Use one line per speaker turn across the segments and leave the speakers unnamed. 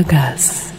Aragaz,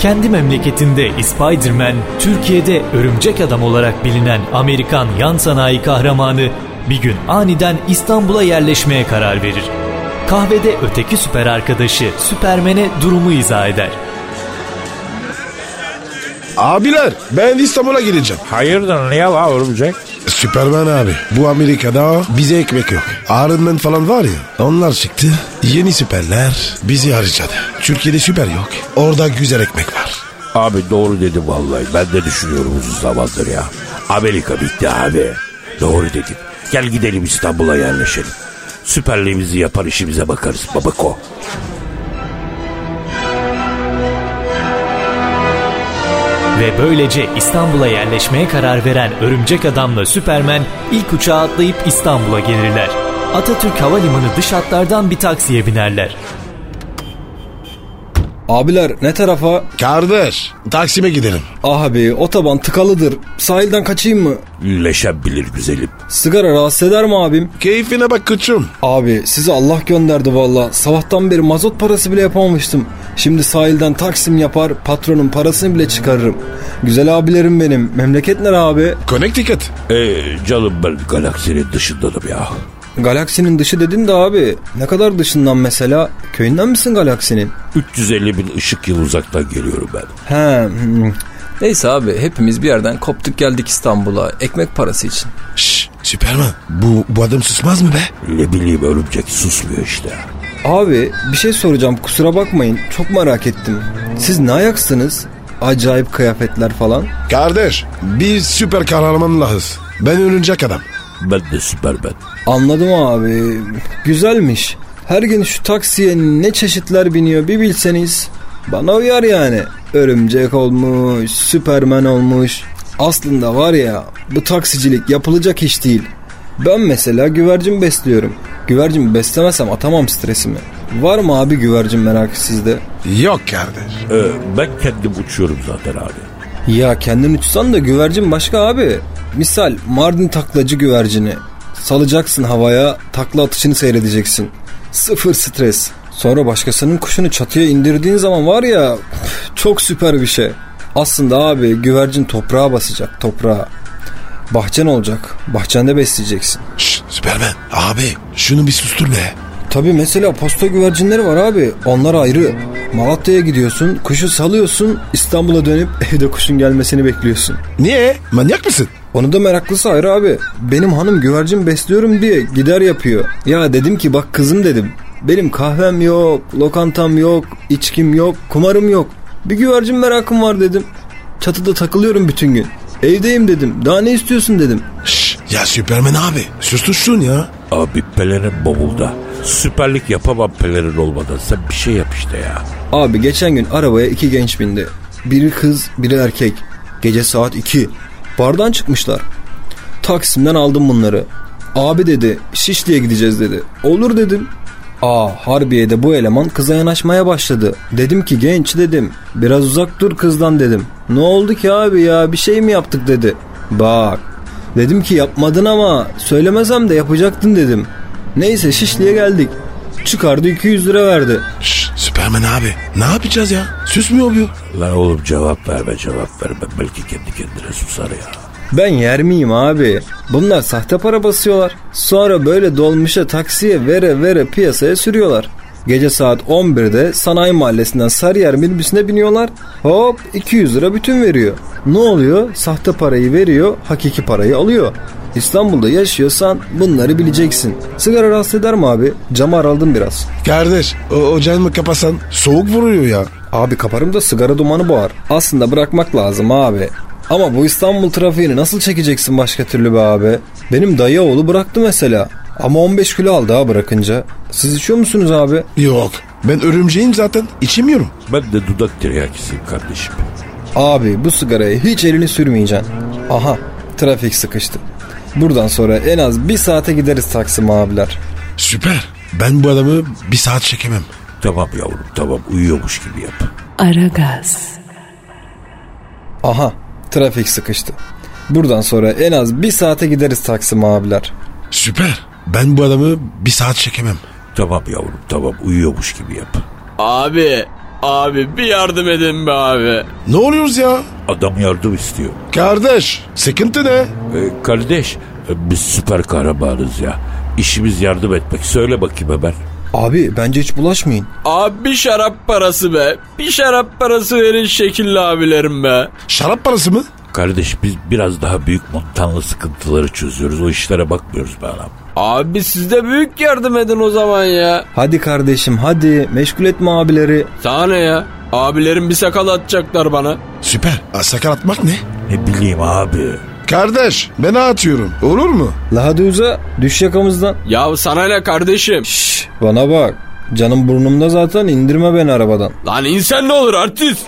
Kendi memleketinde Spider-Man, Türkiye'de örümcek adam olarak bilinen Amerikan yan sanayi kahramanı bir gün aniden İstanbul'a yerleşmeye karar verir. Kahvede öteki süper arkadaşı Süpermen'e durumu izah eder.
Abiler ben İstanbul'a gideceğim.
Hayırdır niye la örümcek?
Süpermen abi. Bu Amerika'da bize ekmek yok. Iron Man falan var ya. Onlar çıktı. Yeni süperler bizi harcadı. Türkiye'de süper yok. Orada güzel ekmek var.
Abi doğru dedi vallahi. Ben de düşünüyorum uzun zamandır ya. Amerika bitti abi. Doğru dedim. Gel gidelim İstanbul'a yerleşelim. Süperliğimizi yapar işimize bakarız babako.
Ve böylece İstanbul'a yerleşmeye karar veren Örümcek Adam'la Süpermen ilk uçağa atlayıp İstanbul'a gelirler. Atatürk Havalimanı dış hatlardan bir taksiye binerler.
Abiler ne tarafa?
Kardeş Taksim'e gidelim.
Abi otoban tıkalıdır. Sahilden kaçayım mı?
Leşebilir güzelim.
Sigara rahatsız eder mi abim?
Keyfine bak koçum.
Abi sizi Allah gönderdi valla. Sabahtan beri mazot parası bile yapamamıştım. Şimdi sahilden taksim yapar patronun parasını bile çıkarırım. Güzel abilerim benim. Memleket nere abi?
Connecticut.
Ee, canım ben galaksinin dışındanım ya.
Galaksinin dışı dedin de abi. Ne kadar dışından mesela? Köyünden misin galaksinin?
350 bin ışık yıl uzaktan geliyorum ben.
He. hmm.
Neyse abi hepimiz bir yerden koptuk geldik İstanbul'a ekmek parası için.
Şşş Süpermen. Bu, bu adam susmaz mı be?
Ne bileyim örümcek susmuyor işte.
Abi bir şey soracağım kusura bakmayın. Çok merak ettim. Siz ne ayaksınız? Acayip kıyafetler falan.
Kardeş biz süper kahramanlarız. Ben örümcek adam.
Ben de süpermen.
Anladım abi. Güzelmiş. Her gün şu taksiye ne çeşitler biniyor bir bilseniz. Bana uyar yani. Örümcek olmuş, süpermen olmuş. Aslında var ya bu taksicilik yapılacak iş değil. Ben mesela güvercin besliyorum. Güvercin beslemesem atamam stresimi. Var mı abi güvercin merakı sizde?
Yok kardeş.
Ee, ben kendim uçuyorum zaten abi.
Ya kendin uçsan da güvercin başka abi. Misal Mardin taklacı güvercini. Salacaksın havaya takla atışını seyredeceksin. Sıfır stres. Sonra başkasının kuşunu çatıya indirdiğin zaman var ya üf, çok süper bir şey. Aslında abi güvercin toprağa basacak toprağa. Bahçen olacak. Bahçende besleyeceksin.
Şşş Süpermen. Abi şunu bir sustur be.
Tabi mesela posta güvercinleri var abi. Onlar ayrı. Malatya'ya gidiyorsun, kuşu salıyorsun, İstanbul'a dönüp evde kuşun gelmesini bekliyorsun.
Niye? Manyak mısın?
Onu da meraklısı ayrı abi. Benim hanım güvercin besliyorum diye gider yapıyor. Ya dedim ki bak kızım dedim. Benim kahvem yok, lokantam yok, içkim yok, kumarım yok. Bir güvercin merakım var dedim. Çatıda takılıyorum bütün gün. Evdeyim dedim. Daha ne istiyorsun dedim.
Şşş ya Süpermen abi. Sustur şunu ya.
Abi pelerin bavulda. Süperlik yapamam pelerin olmadan. Sen bir şey yap işte ya.
Abi geçen gün arabaya iki genç bindi. Biri kız, biri erkek. Gece saat 2. Bardan çıkmışlar. Taksim'den aldım bunları. Abi dedi Şişli'ye gideceğiz dedi. Olur dedim. Aa Harbiye'de bu eleman kıza yanaşmaya başladı. Dedim ki genç dedim. Biraz uzak dur kızdan dedim. Ne oldu ki abi ya bir şey mi yaptık dedi. Bak dedim ki yapmadın ama söylemezsem de yapacaktın dedim. Neyse Şişli'ye geldik. Çıkardı 200 lira verdi.
Şşş Süpermen abi. Ne yapacağız ya? Susmuyor bu.
Lan oğlum cevap verme cevap verme. Belki kendi kendine susar ya.
Ben yer miyim abi? Bunlar sahte para basıyorlar. Sonra böyle dolmuşa taksiye vere vere piyasaya sürüyorlar. Gece saat 11'de Sanayi Mahallesi'nden Sarıyer minibüsüne biniyorlar. Hop 200 lira bütün veriyor. Ne oluyor? Sahte parayı veriyor, hakiki parayı alıyor. İstanbul'da yaşıyorsan bunları bileceksin. Sigara rahatsız eder mi abi? Camı araldım biraz.
Kardeş o ocağını kapasan soğuk vuruyor ya.
Abi kaparım da sigara dumanı boğar. Aslında bırakmak lazım abi. Ama bu İstanbul trafiğini nasıl çekeceksin başka türlü be abi? Benim dayı oğlu bıraktı mesela. Ama 15 kilo aldı ha bırakınca. Siz içiyor musunuz abi?
Yok. Ben örümceğim zaten. İçemiyorum.
Ben de dudak tiryakisiyim kardeşim.
Abi bu sigaraya hiç elini sürmeyeceksin. Aha trafik sıkıştı. Buradan sonra en az bir saate gideriz Taksim abiler.
Süper. Ben bu adamı bir saat çekemem.
Tamam yavrum tamam uyuyormuş gibi yap.
Aragaz,
Aha trafik sıkıştı. Buradan sonra en az bir saate gideriz Taksim abiler.
Süper. Ben bu adamı bir saat çekemem.
Tamam yavrum tamam uyuyormuş gibi yap.
Abi, abi bir yardım edin be abi.
Ne oluyoruz ya?
Adam yardım istiyor.
Kardeş sıkıntı ne?
E, kardeş e, biz süper kahramanız ya. İşimiz yardım etmek. Söyle bakayım hemen.
Abi bence hiç bulaşmayın.
Abi bir şarap parası be. Bir şarap parası verin şekilli abilerim be.
Şarap parası mı?
Kardeş biz biraz daha büyük montanlı sıkıntıları çözüyoruz. O işlere bakmıyoruz be adam.
Abi siz de büyük yardım edin o zaman ya.
Hadi kardeşim hadi meşgul etme abileri.
Sana ne ya? Abilerim bir sakal atacaklar bana.
Süper. Ha, Sakal atmak ne?
Ne bileyim abi.
Kardeş ben atıyorum. Olur mu?
La hadi uza düş yakamızdan.
Ya sana ne kardeşim?
Şşş bana bak. Canım burnumda zaten indirme beni arabadan.
Lan insan ne olur artist?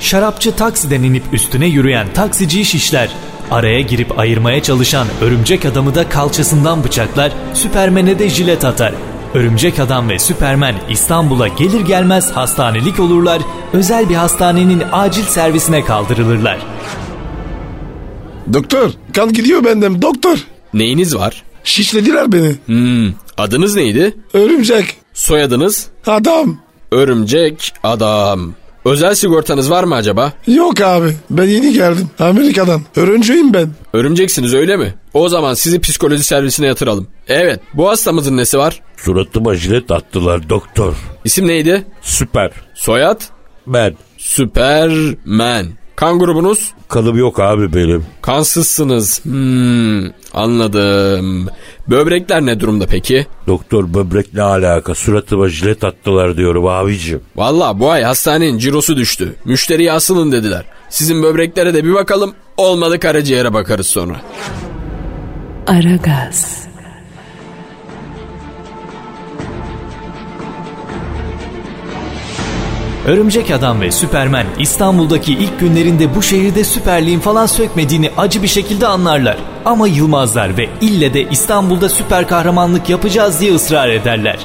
Şarapçı taksiden inip üstüne yürüyen taksiciyi şişler. Araya girip ayırmaya çalışan örümcek adamı da kalçasından bıçaklar, Süpermen'e de jilet atar. Örümcek Adam ve Süpermen İstanbul'a gelir gelmez hastanelik olurlar, özel bir hastanenin acil servisine kaldırılırlar.
Doktor kan gidiyor benden doktor.
Neyiniz var?
Şişlediler beni.
Hmm, adınız neydi?
Örümcek.
Soyadınız?
Adam.
Örümcek adam. Özel sigortanız var mı acaba?
Yok abi ben yeni geldim Amerika'dan. Örümceğim ben.
Örümceksiniz öyle mi? O zaman sizi psikoloji servisine yatıralım. Evet, bu hastamızın nesi var?
Suratıma jilet attılar doktor.
İsim neydi?
Süper.
Soyad?
Ben.
Süpermen. Kan grubunuz?
Kanım yok abi benim.
Kansızsınız. Hmm, anladım. Böbrekler ne durumda peki?
Doktor böbrek ne alaka? Suratıma jilet attılar diyorum abicim.
Valla bu ay hastanenin cirosu düştü. Müşteriye asılın dediler. Sizin böbreklere de bir bakalım. Olmadı karaciğere bakarız sonra.
Aragaz.
Örümcek Adam ve Süpermen İstanbul'daki ilk günlerinde bu şehirde süperliğin falan sökmediğini acı bir şekilde anlarlar. Ama yılmazlar ve ille de İstanbul'da süper kahramanlık yapacağız diye ısrar ederler.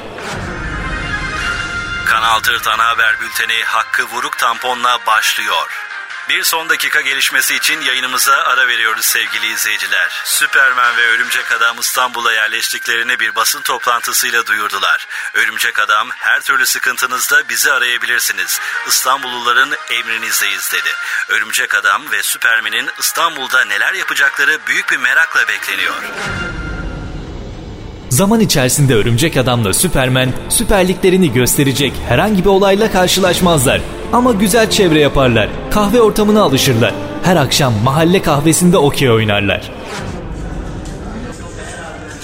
Kanal Tırtan Haber Bülteni Hakkı Vuruk Tampon'la başlıyor. Bir son dakika gelişmesi için yayınımıza ara veriyoruz sevgili izleyiciler. Süpermen ve Örümcek Adam İstanbul'a yerleştiklerini bir basın toplantısıyla duyurdular. Örümcek Adam her türlü sıkıntınızda bizi arayabilirsiniz. İstanbulluların emrinizdeyiz dedi. Örümcek Adam ve Süpermen'in İstanbul'da neler yapacakları büyük bir merakla bekleniyor.
Zaman içerisinde Örümcek Adam'la Süpermen süperliklerini gösterecek herhangi bir olayla karşılaşmazlar. Ama güzel çevre yaparlar. Kahve ortamına alışırlar. Her akşam mahalle kahvesinde okey oynarlar.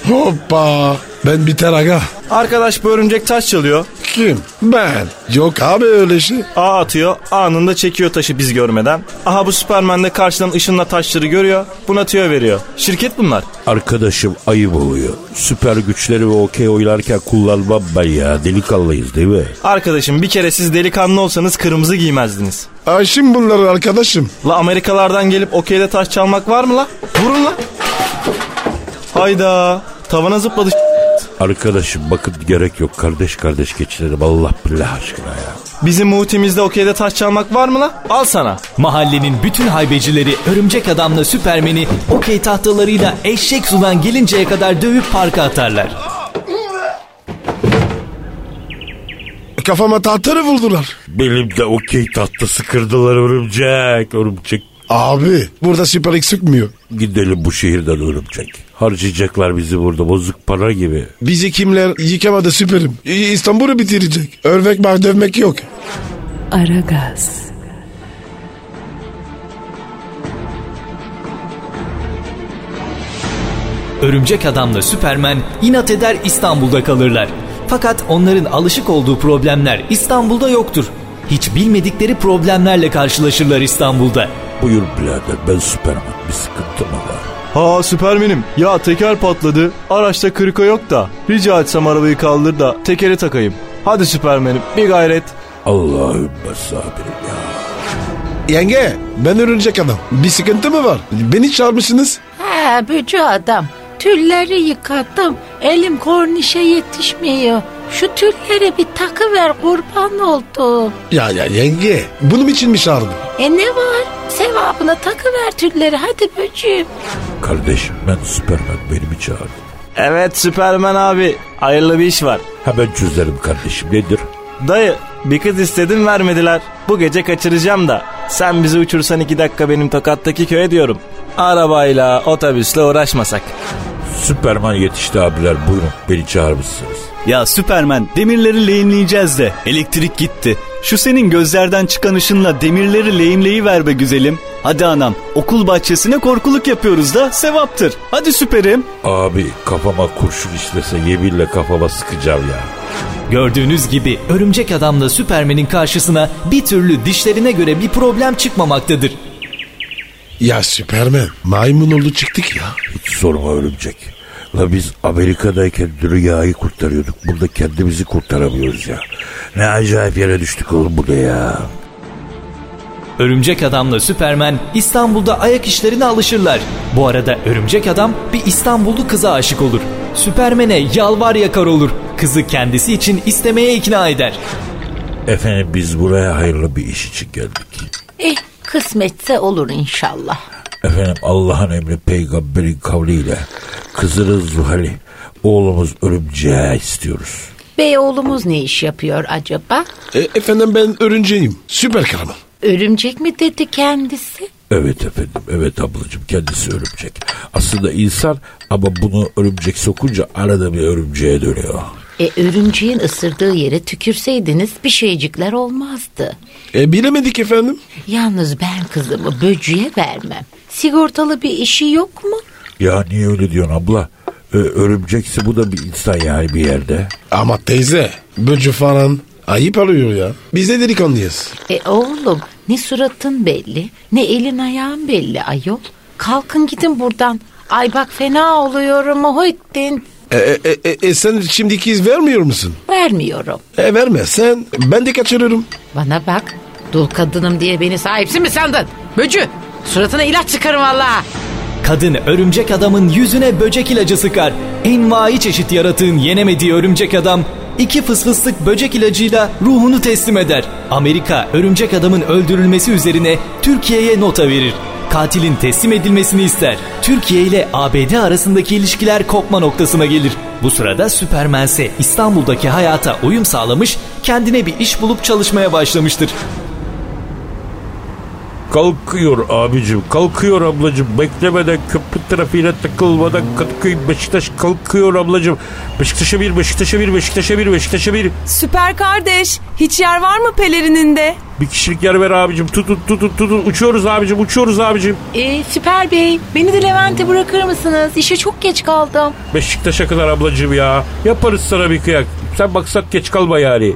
Hoppa. Ben biter aga.
Arkadaş bu örümcek taş çalıyor.
Kim? Ben. Yok abi öyle şey.
A atıyor. Anında çekiyor taşı biz görmeden. Aha bu Superman de karşıdan ışınla taşları görüyor. Buna tüyo veriyor. Şirket bunlar.
Arkadaşım ayıp oluyor. Süper güçleri ve okey oynarken kullanmam ben ya. Delikanlıyız değil mi?
Arkadaşım bir kere siz delikanlı olsanız kırmızı giymezdiniz.
Ayşim bunları arkadaşım.
La Amerikalardan gelip okeyde taş çalmak var mı la? Vurun la. Hayda. Tavana zıpladı.
Arkadaşım bakın gerek yok. Kardeş kardeş geçinelim Allah billah aşkına ya.
Bizim muhitimizde okeyde taş çalmak var mı la? Al sana.
Mahallenin bütün haybecileri Örümcek Adam'la Süpermen'i okey tahtalarıyla eşek sudan gelinceye kadar dövüp parka atarlar.
Kafama tahtarı vurdular.
Benim de okey tahtası kırdılar örümcek. Örümcek
Abi burada süper sıkmıyor.
gidelim bu şehirden örümcek. Harcayacaklar bizi burada bozuk para gibi.
Bizi kimler yıkamadı süperim. İ- İstanbul'u bitirecek. Örmek var dövmek yok.
Aragaz.
Örümcek Adam'la Süpermen inat eder İstanbul'da kalırlar. Fakat onların alışık olduğu problemler İstanbul'da yoktur. Hiç bilmedikleri problemlerle karşılaşırlar İstanbul'da.
Buyur birader ben süpermen bir sıkıntı mı var?
Ha Süpermen'im. Ya teker patladı. Araçta kırık yok da. Rica etsem arabayı kaldır da tekeri takayım. Hadi Süpermen'im bir gayret.
Allahümme sabirim ya.
Yenge ben örümcek adam. Bir sıkıntı mı var? Beni çağırmışsınız.
He bücü adam. Tülleri yıkadım. Elim kornişe yetişmiyor. Şu tüllere bir takı ver kurban oldu.
Ya ya yenge bunun için mi çağırdın?
E ne var? Sevabına takı ver tülleri hadi böcüğüm.
Kardeşim ben Süpermen beni mi çağırdı?
Evet Süpermen abi hayırlı bir iş var.
Hemen çözerim kardeşim nedir?
Dayı bir kız istedim vermediler. Bu gece kaçıracağım da. Sen bizi uçursan iki dakika benim tokattaki köye diyorum. Arabayla otobüsle uğraşmasak.
Süperman yetişti abiler buyurun beni çağırmışsınız.
Ya Süpermen demirleri lehimleyeceğiz de elektrik gitti. Şu senin gözlerden çıkan ışınla demirleri lehimleyiver be güzelim. Hadi anam okul bahçesine korkuluk yapıyoruz da sevaptır. Hadi süperim.
Abi kafama kurşun işlese yeminle kafama sıkacağım ya.
Gördüğünüz gibi örümcek adamla Süpermen'in karşısına bir türlü dişlerine göre bir problem çıkmamaktadır.
Ya Süpermen maymun oldu çıktık ya.
Hiç sorma örümcek. La biz Amerika'dayken dünyayı kurtarıyorduk. Burada kendimizi kurtaramıyoruz ya. Ne acayip yere düştük oğlum burada ya.
Örümcek Adam'la Süpermen İstanbul'da ayak işlerine alışırlar. Bu arada Örümcek Adam bir İstanbullu kıza aşık olur. Süpermen'e yalvar yakar olur. Kızı kendisi için istemeye ikna eder.
Efendim biz buraya hayırlı bir iş için geldik.
Eh kısmetse olur inşallah.
Efendim Allah'ın emri peygamberin kavliyle kızınız Zuhal'i oğlumuz örümceğe istiyoruz.
Bey oğlumuz ne iş yapıyor acaba?
E, efendim ben örümceğim. Süper kahraman.
Örümcek mi dedi kendisi?
Evet efendim, evet ablacığım kendisi örümcek. Aslında insan ama bunu örümcek sokunca arada bir örümceğe dönüyor.
E örümceğin ısırdığı yere tükürseydiniz bir şeycikler olmazdı.
E bilemedik efendim.
Yalnız ben kızımı böcüğe vermem. Sigortalı bir işi yok mu?
Ya niye öyle diyorsun abla? Ee, örümcekse bu da bir insan yani bir yerde.
Ama teyze böcü falan ayıp alıyor ya. Biz de delikanlıyız.
E oğlum ne suratın belli ne elin ayağın belli ayol. Kalkın gidin buradan. Ay bak fena oluyorum Muhittin.
E, e, e, e, sen şimdiki iz vermiyor musun?
Vermiyorum.
E vermezsen ben de kaçırırım.
Bana bak dul kadınım diye beni sahipsin mi sandın? Böcü suratına ilaç çıkarım valla.
Kadın örümcek adamın yüzüne böcek ilacı sıkar. Envai çeşit yaratığın yenemediği örümcek adam iki fısfıslık böcek ilacıyla ruhunu teslim eder. Amerika örümcek adamın öldürülmesi üzerine Türkiye'ye nota verir. Katilin teslim edilmesini ister. Türkiye ile ABD arasındaki ilişkiler kopma noktasına gelir. Bu sırada Superman ise İstanbul'daki hayata uyum sağlamış, kendine bir iş bulup çalışmaya başlamıştır.
Kalkıyor abicim, kalkıyor ablacım. Beklemeden, köprü trafiğine takılmadan Kadıköy Beşiktaş kalkıyor ablacım. Beşiktaş'a bir, Beşiktaş'a bir, Beşiktaş'a bir, Beşiktaş'a bir.
Süper kardeş, hiç yer var mı pelerininde?
Bir kişilik yer ver abicim. Tut tut tut tut tut. Uçuyoruz abicim, uçuyoruz abicim.
E, süper bey beni de Levent'e bırakır mısınız? İşe çok geç kaldım.
Beşiktaş'a kadar ablacım ya. Yaparız sana bir kıyak. Sen baksak geç kalma yani.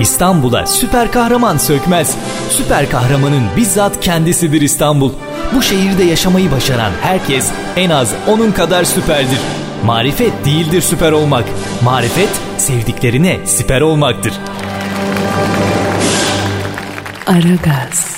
İstanbul'a süper kahraman sökmez. Süper kahramanın bizzat kendisidir İstanbul. Bu şehirde yaşamayı başaran herkes en az onun kadar süperdir. Marifet değildir süper olmak. Marifet sevdiklerine siper olmaktır.
Aragaz.